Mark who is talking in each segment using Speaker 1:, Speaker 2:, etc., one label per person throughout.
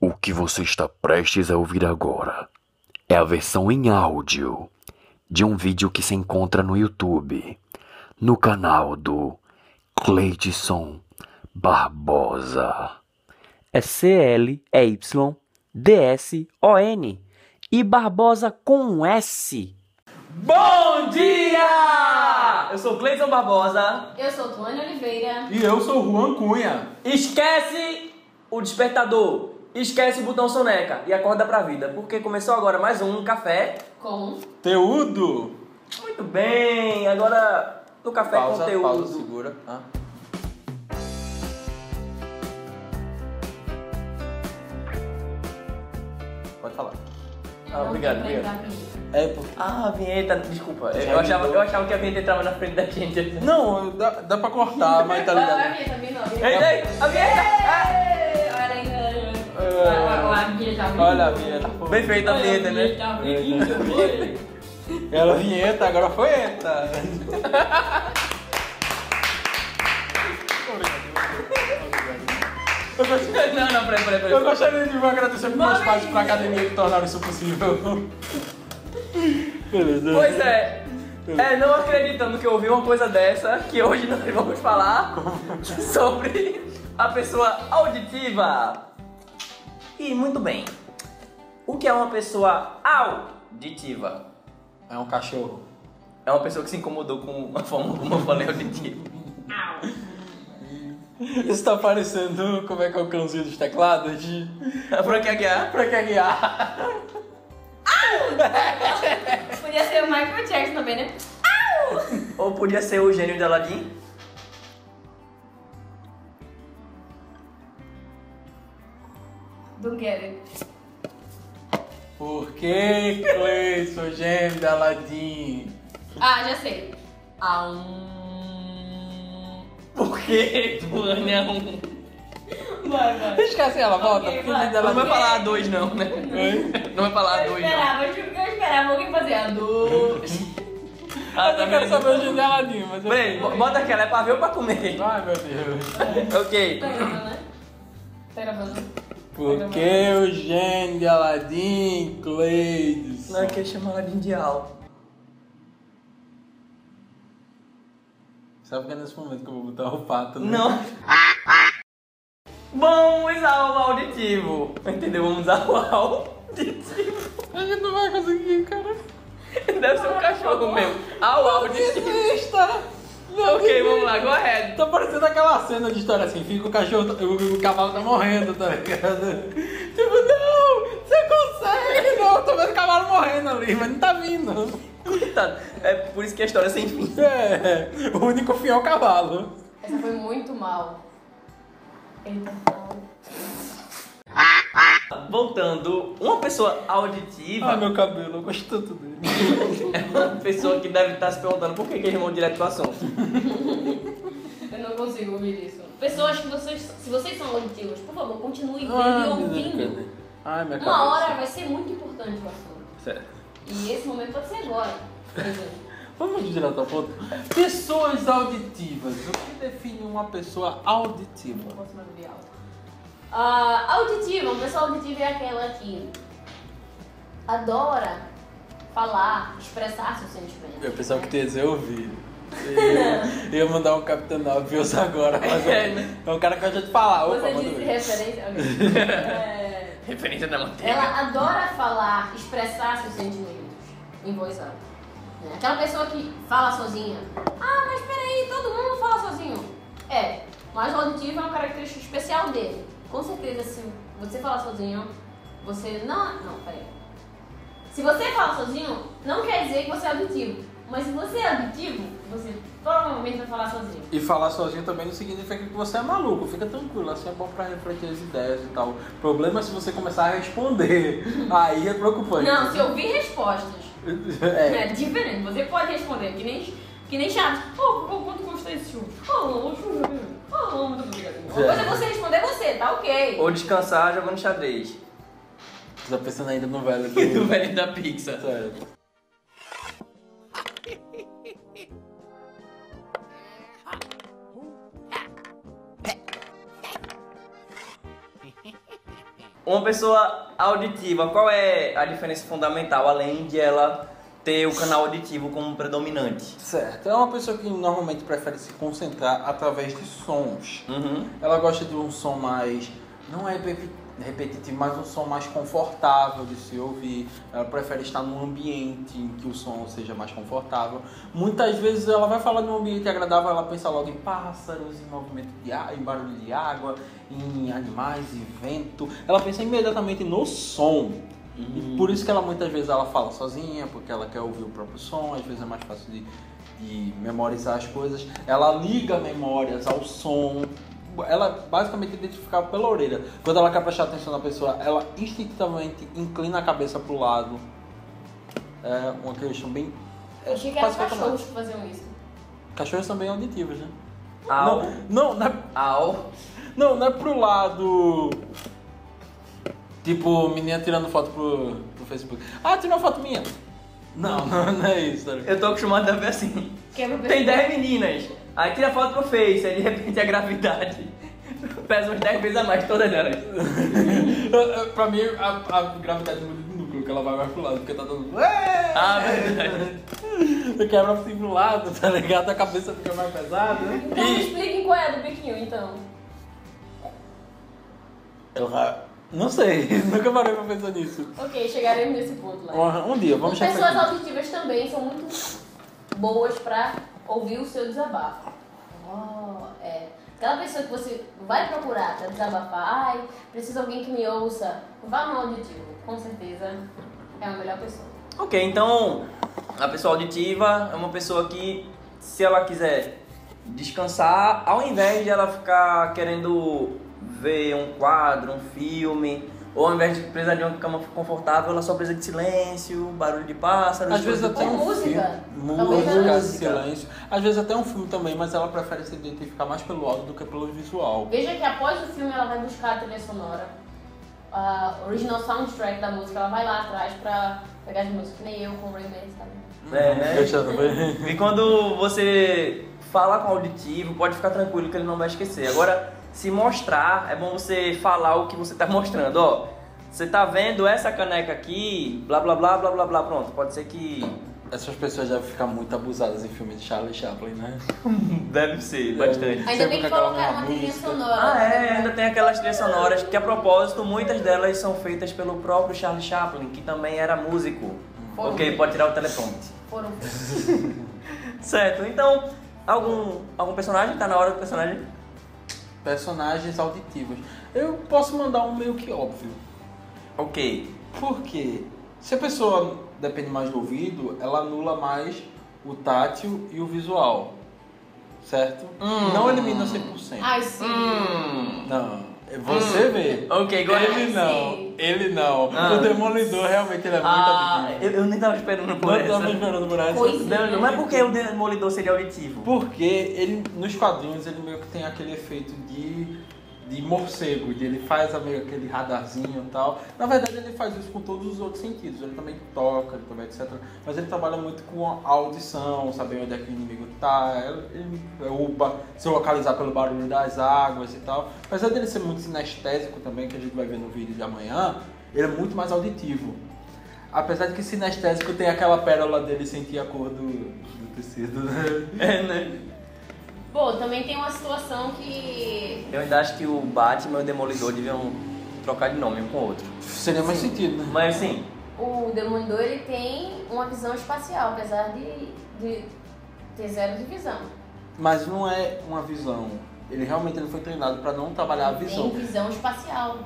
Speaker 1: O que você está prestes a ouvir agora é a versão em áudio de um vídeo que se encontra no YouTube, no canal do Cleidson Barbosa.
Speaker 2: É C-L, é Y, D-S-O-N. E Barbosa com um S. Bom dia! Eu sou Cleiton Barbosa.
Speaker 3: Eu sou Tuane Oliveira.
Speaker 4: E eu sou Juan Cunha.
Speaker 2: Esquece o despertador. Esquece o botão soneca e acorda pra vida, porque começou agora mais um café.
Speaker 3: Com.
Speaker 4: Teudo.
Speaker 2: Muito bem, agora no café
Speaker 4: Pausa,
Speaker 2: conteúdo.
Speaker 4: pausa, segura. Ah. Pode falar.
Speaker 2: Ah, obrigado, obrigado.
Speaker 4: É porque...
Speaker 2: Ah, a vinheta, desculpa.
Speaker 4: Já
Speaker 2: Eu achava,
Speaker 4: mudou.
Speaker 2: eu achava que a vinheta entrava na frente da gente. Ei,
Speaker 4: Não, dá, dá pra cortar, mas tá ligado.
Speaker 2: ei, a vinheta!
Speaker 4: Olha a vinheta.
Speaker 2: Ah, bem feita a vinheta, né?
Speaker 4: Era vinheta, agora foi eta. Eu gostaria-
Speaker 2: Não, não, peraí, peraí,
Speaker 4: Eu
Speaker 2: peraí.
Speaker 4: gostaria de agradecer pros meus pais e pra academia que tornaram isso possível. Beleza.
Speaker 2: Pois é. É, não acreditando que eu ouvi uma coisa dessa, que hoje nós vamos falar sobre a pessoa auditiva. E muito bem. O que é uma pessoa auditiva?
Speaker 4: É um cachorro.
Speaker 2: É uma pessoa que se incomodou com a forma como eu falei auditivo.
Speaker 4: Isso tá parecendo como é que é o cãozinho dos teclados de.
Speaker 2: Pra que é?
Speaker 4: Pra que guiar?
Speaker 3: Podia ser o Michael Jackson também, né?
Speaker 2: Ou podia ser o gênio de Aladdin?
Speaker 3: Don't get it.
Speaker 4: Por que Cleison, gêmeo da Aladdin?
Speaker 3: Ah, já sei. Ah, um...
Speaker 2: Por que tu é um?
Speaker 3: Vai, vai.
Speaker 4: Esquece ela, volta.
Speaker 3: Ok,
Speaker 4: porque
Speaker 3: vai.
Speaker 4: o gêmeo da
Speaker 2: Não vai
Speaker 4: Aladdin.
Speaker 2: falar a dois não, né? Não vai falar a
Speaker 3: Eu
Speaker 2: dois não.
Speaker 3: esperava, eu esperava alguém fazer a dois.
Speaker 2: Ah,
Speaker 4: Mas
Speaker 2: tá
Speaker 4: eu quero
Speaker 2: vendo?
Speaker 4: saber o gêmeo da Aladdin, mas eu.
Speaker 2: Bem, bo- bota aquela, é pra ver ou pra comer?
Speaker 4: Ai meu Deus.
Speaker 2: Ok.
Speaker 3: Tá gravando, né? Tá gravando.
Speaker 4: Por que o gênio de Aladdin, Cleison?
Speaker 2: Não, eu queria chamar Aladdin de Al.
Speaker 4: Sabe que é nesse momento que eu vou botar o pato né?
Speaker 2: Não. Bom, usar o auditivo. Entendeu? Vamos usar o auditivo.
Speaker 4: A gente não vai conseguir, cara.
Speaker 2: Deve ser um cachorro mesmo. Ao auditivo.
Speaker 4: Desista! Não,
Speaker 2: Ok,
Speaker 4: desista.
Speaker 2: vamos lá, go ahead.
Speaker 4: Tá parecendo aquela cena de história assim, fica o cachorro, o, o cavalo tá morrendo, tá ligado? Tipo, não, você consegue, não, tô vendo o cavalo morrendo ali, mas não tá vindo.
Speaker 2: Coitado. É por isso que a história é sem fim.
Speaker 4: É, o único fim é o cavalo.
Speaker 3: Essa foi muito mal. Eita,
Speaker 2: Voltando, uma pessoa auditiva
Speaker 4: Ah, meu cabelo, eu gosto tanto dele.
Speaker 2: é uma pessoa que deve estar se perguntando por que, que eles vão direto pro assunto.
Speaker 3: eu não consigo ouvir isso. Pessoas que vocês. Se vocês são auditivos, por favor, continuem
Speaker 4: Ai,
Speaker 3: vendo e
Speaker 4: Ah, meu Deus,
Speaker 3: ouvindo.
Speaker 4: cadê? Ai, minha cabeça.
Speaker 3: é um Uma hora vai ser muito importante o assunto.
Speaker 4: Sério.
Speaker 3: E esse momento pode ser agora. por exemplo.
Speaker 4: Vamos direto ao ponto. Pessoas auditivas. O que define uma pessoa
Speaker 3: Não
Speaker 4: auditiva?
Speaker 3: posso mais ouvir alto. Ah, auditiva, uma pessoa auditiva é aquela que adora falar, expressar seus sentimentos.
Speaker 4: Eu pensava É, que tu ia dizer ouvir. Eu ia mandar um Capitão Obvious agora, mas
Speaker 2: É, né?
Speaker 4: é um cara que gosta de falar. Opa,
Speaker 3: Você
Speaker 4: manda um
Speaker 3: disse
Speaker 4: ver.
Speaker 3: referência. ok. É...
Speaker 2: Referência da manteiga.
Speaker 3: Ela adora falar, expressar seus sentimentos em voz alta. né? Aquela pessoa que fala sozinha. Ah, mas peraí, todo mundo fala sozinho. É, mas o auditivo é uma característica especial dele. Com certeza, se você falar sozinho, você não. Não, peraí. Se você fala sozinho, não quer dizer que você é auditivo. Mas se você é auditivo, você provavelmente vai falar sozinho.
Speaker 4: E falar sozinho também não significa que você é maluco. Fica tranquilo, assim é bom pra refletir as ideias e tal. O problema é se você começar a responder. Aí é preocupante.
Speaker 3: Não, se ouvir respostas.
Speaker 4: É.
Speaker 3: É diferente, você pode responder, que nem, que nem chato. Oh, oh, quanto custa esse churro? Oh, oh, churro. Oh, muito obrigado. Uma coisa é você responder você, tá ok.
Speaker 2: Ou descansar jogando xadrez.
Speaker 4: Tô pensando ainda no velho
Speaker 2: E do
Speaker 4: do...
Speaker 2: velho da pizza.
Speaker 4: Certo.
Speaker 2: Uma pessoa auditiva, qual é a diferença fundamental, além de ela ter o canal auditivo como predominante?
Speaker 4: Certo. É uma pessoa que normalmente prefere se concentrar através de sons.
Speaker 2: Uhum.
Speaker 4: Ela gosta de um som mais. Não é repe- repetitivo, mas um som mais confortável de se ouvir. Ela prefere estar num ambiente em que o som seja mais confortável. Muitas vezes ela vai falar de um ambiente agradável, ela pensa logo em pássaros, em movimento de ar, em barulho de água, em animais, em vento. Ela pensa imediatamente no som.
Speaker 2: Hum.
Speaker 4: E por isso que ela muitas vezes ela fala sozinha, porque ela quer ouvir o próprio som, às vezes é mais fácil de, de memorizar as coisas. Ela liga memórias ao som. Ela basicamente identifica pela orelha. Quando ela quer prestar atenção na pessoa, ela instintivamente inclina a cabeça pro lado. É uma questão bem.
Speaker 3: Eu achei que eram
Speaker 4: quase que
Speaker 3: cachorros que faziam isso.
Speaker 4: Cachorros são bem auditivos, né?
Speaker 2: Au.
Speaker 4: Não, não, não é
Speaker 2: Au.
Speaker 4: não, não é pro lado. Tipo, menina tirando foto pro, pro Facebook. Ah, tirou uma foto minha. Não, não, não é isso. sabe?
Speaker 2: Eu tô acostumado a ver assim.
Speaker 3: Quebra o
Speaker 2: Tem
Speaker 3: pescoço.
Speaker 2: 10 meninas, aí tira foto pro Face, aí de repente a gravidade pesa uns 10 vezes a mais, todas elas.
Speaker 4: pra mim, a, a gravidade muda de núcleo, que ela vai mais pro lado, porque tá todo mundo. "Ué!"
Speaker 2: Ah, verdade.
Speaker 4: Quebra assim pro lado, tá ligado? A cabeça fica mais pesada. né?
Speaker 3: Então me expliquem qual é a do biquinho, então.
Speaker 4: Ela. Não sei, nunca parei pra pensar nisso.
Speaker 3: Ok, chegaremos nesse ponto lá.
Speaker 4: Um, um dia, vamos chegar.
Speaker 3: Pessoas
Speaker 4: aqui.
Speaker 3: auditivas também são muito boas pra ouvir o seu desabafo. Oh, é. Aquela pessoa que você vai procurar pra desabafar, ai, precisa alguém que me ouça, vá no auditivo. Com certeza é a melhor pessoa.
Speaker 2: Ok, então a pessoa auditiva é uma pessoa que, se ela quiser descansar, ao invés de ela ficar querendo ver um quadro, um filme, ou ao invés de precisar de uma cama confortável, ela só precisa de silêncio, barulho de pássaros.
Speaker 4: Às vezes
Speaker 2: coisas
Speaker 4: até
Speaker 3: Ou
Speaker 4: um
Speaker 3: música.
Speaker 4: filme.
Speaker 3: Talvez
Speaker 4: Música,
Speaker 3: não. é
Speaker 4: silêncio. Às vezes até um filme também, mas ela prefere se identificar mais pelo áudio do que pelo visual.
Speaker 3: Veja que após o filme ela vai buscar a trilha sonora, a original soundtrack da música, ela vai lá atrás pra pegar as músicas, que nem eu com o Rayman, sabe?
Speaker 2: do- É, né?
Speaker 4: Deixa eu ver.
Speaker 2: E quando você fala com o auditivo, pode ficar tranquilo que ele não vai esquecer. Agora, se mostrar, é bom você falar o que você tá mostrando, ó. Você tá vendo essa caneca aqui, blá blá blá blá blá blá, pronto. Pode ser que.
Speaker 4: Essas pessoas devem ficar muito abusadas em filmes de Charlie Chaplin, né?
Speaker 2: Deve ser, bastante.
Speaker 3: Ainda
Speaker 4: Sempre
Speaker 3: bem que
Speaker 4: com aquela
Speaker 3: colocaram uma
Speaker 4: música.
Speaker 3: trilha sonora.
Speaker 2: Ah, é, ainda tem aquelas trilhas sonoras que, a propósito, muitas delas são feitas pelo próprio Charlie Chaplin, que também era músico. Ok, pode tirar o teleprompter.
Speaker 3: Foram
Speaker 2: Certo, então, algum, algum personagem? Tá na hora do personagem?
Speaker 4: Personagens auditivos. Eu posso mandar um meio que óbvio.
Speaker 2: Ok.
Speaker 4: Por quê? Se a pessoa depende mais do ouvido, ela anula mais o tátil e o visual. Certo?
Speaker 2: Hum.
Speaker 4: Não elimina 100%.
Speaker 3: Ai, sim.
Speaker 4: Hum. Não. Você
Speaker 2: Hum.
Speaker 4: vê.
Speaker 2: Ok, agora
Speaker 4: Ele não.
Speaker 3: Sim.
Speaker 4: Ele não.
Speaker 2: Ah.
Speaker 4: O Demolidor realmente ele é muito
Speaker 2: Ah,
Speaker 4: auditivo.
Speaker 2: eu, eu nem tava esperando por
Speaker 4: Não
Speaker 2: essa.
Speaker 4: tava esperando por essa.
Speaker 3: Coisa.
Speaker 2: Não, não é porque o Demolidor seria auditivo.
Speaker 4: Porque ele, nos quadrinhos ele meio que tem aquele efeito de, de morcego, de ele faz a- meio aquele radarzinho e tal. Na verdade ele faz isso com todos os outros sentidos, ele também toca, ele também etc. Mas ele trabalha muito com a audição, saber onde é que o inimigo tá, ele, ele- o ba- se localizar pelo barulho das águas e tal. Apesar dele ser muito sinestésico também, que a gente vai ver no vídeo de amanhã, ele é muito mais auditivo. Apesar de que sinestésico tem aquela pérola dele sentir a cor do, do tecido, né?
Speaker 2: É, né?
Speaker 3: Bom, também tem uma situação que.
Speaker 2: Eu ainda acho que o Batman e o Demolidor deviam trocar de nome um com o outro.
Speaker 4: Seria mais sentido, né?
Speaker 2: Mas assim,
Speaker 3: O Demolidor ele tem uma visão espacial, apesar de, de ter zero de visão.
Speaker 4: Mas não é uma visão. Ele realmente ele foi treinado pra não trabalhar a visão.
Speaker 3: Tem visão espacial.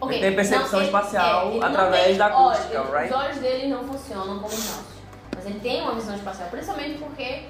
Speaker 3: Ok,
Speaker 2: Ele tem percepção
Speaker 3: não, é,
Speaker 2: espacial
Speaker 3: não
Speaker 2: através
Speaker 3: tem-
Speaker 2: da
Speaker 3: olha,
Speaker 2: acústica,
Speaker 3: ele-
Speaker 2: right?
Speaker 3: Os olhos dele não funcionam como os nossos. Mas ele tem uma visão espacial, principalmente porque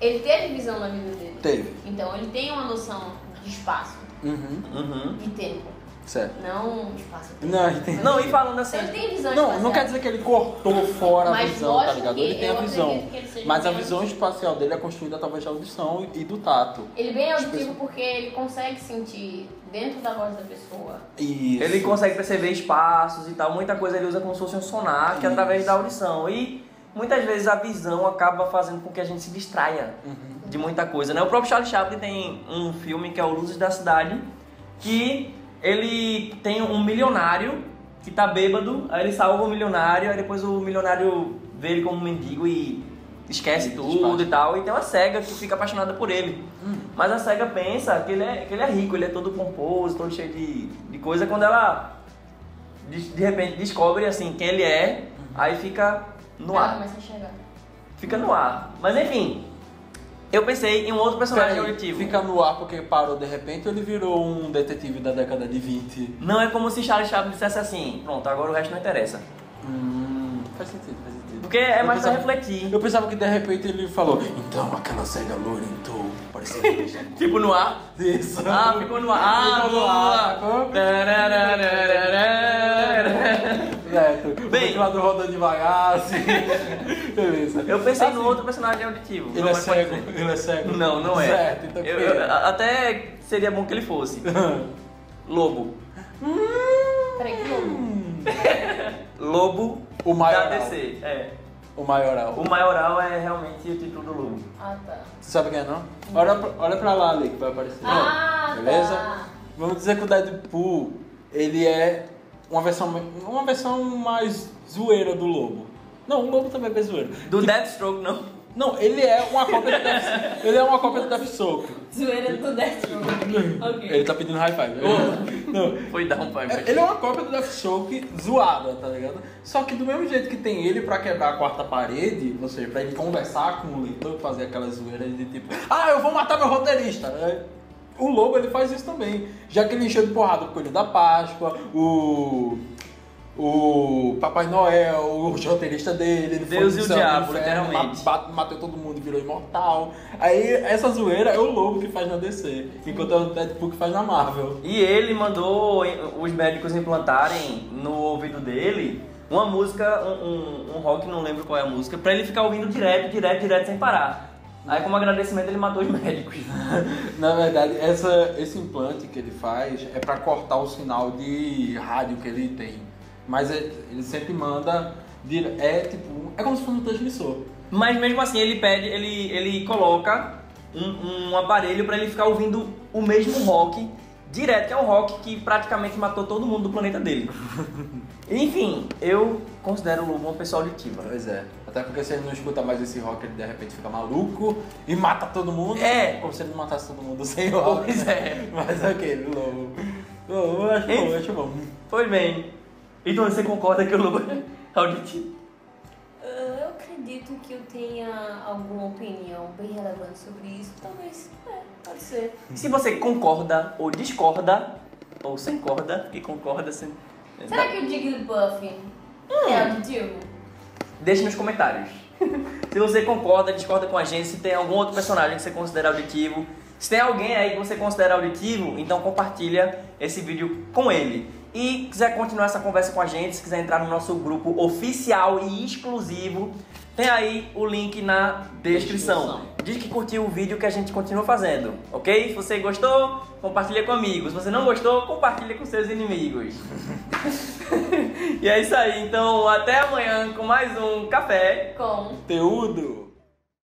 Speaker 3: ele teve visão na vida dele.
Speaker 4: Teve.
Speaker 3: Então ele tem uma noção de espaço,
Speaker 4: Uhum.
Speaker 2: uhum.
Speaker 3: de tempo.
Speaker 4: Certo.
Speaker 3: Não espaço.
Speaker 4: Não, ele tem.
Speaker 2: Não, e falando assim,
Speaker 3: Ele tem visão
Speaker 4: Não,
Speaker 3: espacial.
Speaker 4: não quer dizer que ele cortou fora a
Speaker 3: é. Mas
Speaker 4: visão, tá
Speaker 3: lógico
Speaker 4: ligado?
Speaker 3: que
Speaker 4: Ele tem
Speaker 3: eu
Speaker 4: a visão.
Speaker 3: acredito que ele seja
Speaker 4: Mas a
Speaker 3: bem
Speaker 4: visão
Speaker 3: auditivo.
Speaker 4: espacial dele é construída através da audição e do tato.
Speaker 3: Ele é bem
Speaker 2: Tipo assim.
Speaker 3: auditivo porque ele consegue sentir dentro da voz da pessoa.
Speaker 4: Isso.
Speaker 2: ele consegue perceber espaços e tal, muita coisa ele usa como se fosse um sonar, que é através da audição. E muitas vezes a visão acaba fazendo com que a gente se distraia
Speaker 4: Uhum.
Speaker 2: de muita coisa, né? O próprio Charlie Chaplin tem um filme que é o Luzes da Cidade, que Ele tem um milionário que tá bêbado, aí ele salva o milionário, aí depois o milionário vê ele como um mendigo e esquece
Speaker 4: Ele
Speaker 2: tudo
Speaker 4: despacha.
Speaker 2: e tal. E tem uma cega que fica apaixonada por ele. Mas a cega pensa que ele, é, que ele é rico, ele é todo pomposo, todo cheio de, de coisa. Quando ela de, de repente descobre assim quem ele é, aí fica no
Speaker 3: Ela
Speaker 2: ar.
Speaker 3: começa a enxergar.
Speaker 2: Fica no ar. Mas enfim, eu pensei em um outro personagem
Speaker 4: Peraí,
Speaker 2: objetivo.
Speaker 4: Fica no ar porque parou de repente ou ele virou um detetive da década de 20?
Speaker 2: Não é como se Charles Chaplin dissesse assim, pronto, agora o resto não interessa.
Speaker 4: Hum, faz sentido, faz sentido.
Speaker 2: Porque é
Speaker 4: Eu
Speaker 2: mais pra
Speaker 4: pensava-
Speaker 2: refletir.
Speaker 4: Eu pensava que de repente ele falou, então aquela cega loura então parecia
Speaker 2: Tipo no ar.
Speaker 4: isso.
Speaker 2: Ah, ficou no ar. Ah,
Speaker 4: Ficou
Speaker 2: no
Speaker 4: no ar,
Speaker 2: ar.
Speaker 4: sacou?
Speaker 2: Tarararararara.
Speaker 4: Certo.
Speaker 2: Bem.
Speaker 4: O ventilador rodando devagar, assim. Beleza.
Speaker 2: Eu pensei
Speaker 4: Assim,
Speaker 2: no outro personagem auditivo.
Speaker 4: Ele
Speaker 2: não
Speaker 4: é
Speaker 2: mas pode
Speaker 4: cego,
Speaker 2: ser.
Speaker 4: ele é cego.
Speaker 2: Não, não é.
Speaker 4: Certo, então
Speaker 2: Eu-
Speaker 4: quem
Speaker 2: eu-
Speaker 4: é?
Speaker 2: a- até seria bom que ele fosse. Lobo.
Speaker 3: Peraí, que louco.
Speaker 2: Lobo
Speaker 4: Hum. O
Speaker 2: da
Speaker 4: maioral.
Speaker 2: DC. É.
Speaker 4: O maioral.
Speaker 2: O maioral é realmente o título do lobo.
Speaker 3: Ah, tá.
Speaker 4: Sabe quem é não? Olha pra, olha pra lá ali que vai aparecer.
Speaker 3: Ah,
Speaker 4: Beleza?
Speaker 3: tá.
Speaker 4: Vamos dizer que o Deadpool, ele é uma versão, uma versão mais zoeira do Lobo. Não, o Lobo também é bem zoeiro.
Speaker 2: Do Deathstroke, não.
Speaker 4: Não, ele é uma cópia do Death, Ele é uma cópia do Deathstroke.
Speaker 3: Zoeira do Deathstroke. Ok.
Speaker 4: Ele tá pedindo high five. Não,
Speaker 2: Foi dar um pai.
Speaker 4: É, Ele é uma cópia do Deathstroke zoada, tá ligado? Só que do mesmo jeito que tem ele pra quebrar a quarta parede, ou seja, pra ele conversar com o leitor, fazer aquelas zoeiras de tipo, ah, eu vou matar meu roteirista. É, O Lobo ele faz isso também. Já que ele encheu de porrada o Coelho da Páscoa, o. O Papai Noel, o roteirista dele, ele
Speaker 2: Deus e o
Speaker 4: pro céu, pro
Speaker 2: diabo,
Speaker 4: inferno,
Speaker 2: literalmente.
Speaker 4: ma- bat- Matou todo mundo e virou imortal. Aí essa zoeira é o Lobo que faz na DC, enquanto é o Deadpool que faz na Marvel.
Speaker 2: E ele mandou os médicos implantarem no ouvido dele uma música, um, um, um rock, não lembro qual é a música, pra ele ficar ouvindo direto, direto, direto, sem parar. Aí, como agradecimento, ele matou os médicos.
Speaker 4: Na verdade, essa- esse implante que ele faz é pra cortar o sinal de rádio que ele tem. Mas é- ele sempre manda. dire- É tipo. É como se fosse um transmissor.
Speaker 2: Mas mesmo assim, ele pede, ele, ele coloca um, um aparelho pra ele ficar ouvindo o mesmo rock direto, que é um rock que praticamente matou todo mundo do planeta dele. Enfim, eu considero o Lobo uma pessoa auditiva.
Speaker 4: Pois é. Até porque se ele não escuta mais esse rock, ele de repente fica maluco e mata todo mundo.
Speaker 2: É.
Speaker 4: Como se ele não matasse todo mundo sem rock.
Speaker 2: Pois é.
Speaker 4: Mas aquele lobo. Lobo, eu acho bom, eu acho bom.
Speaker 2: Pois bem. Então você concorda que o Lobo é auditivo?
Speaker 3: Ah, Eu acredito que eu tenha alguma opinião bem relevante sobre isso. Talvez, é, pode ser.
Speaker 2: Se você concorda ou discorda, ou sem corda, e concorda sem.
Speaker 3: Será
Speaker 2: tá
Speaker 3: que o Jigglypuff
Speaker 2: Hum.
Speaker 3: é auditivo?
Speaker 2: Deixe nos comentários. se você concorda, discorda com a gente, se tem algum outro personagem que você considera auditivo. Se tem alguém aí que você considera auditivo, então compartilha esse vídeo com ele. E quiser continuar essa conversa com a gente, se quiser entrar no nosso grupo oficial e exclusivo, tem aí o link na descrição. Diz que curtiu o vídeo que a gente continua fazendo, ok? Se você gostou, compartilha com amigos. Se você não gostou, compartilha com seus inimigos. e é isso aí, então até amanhã com mais um café
Speaker 3: Com
Speaker 4: Conteúdo.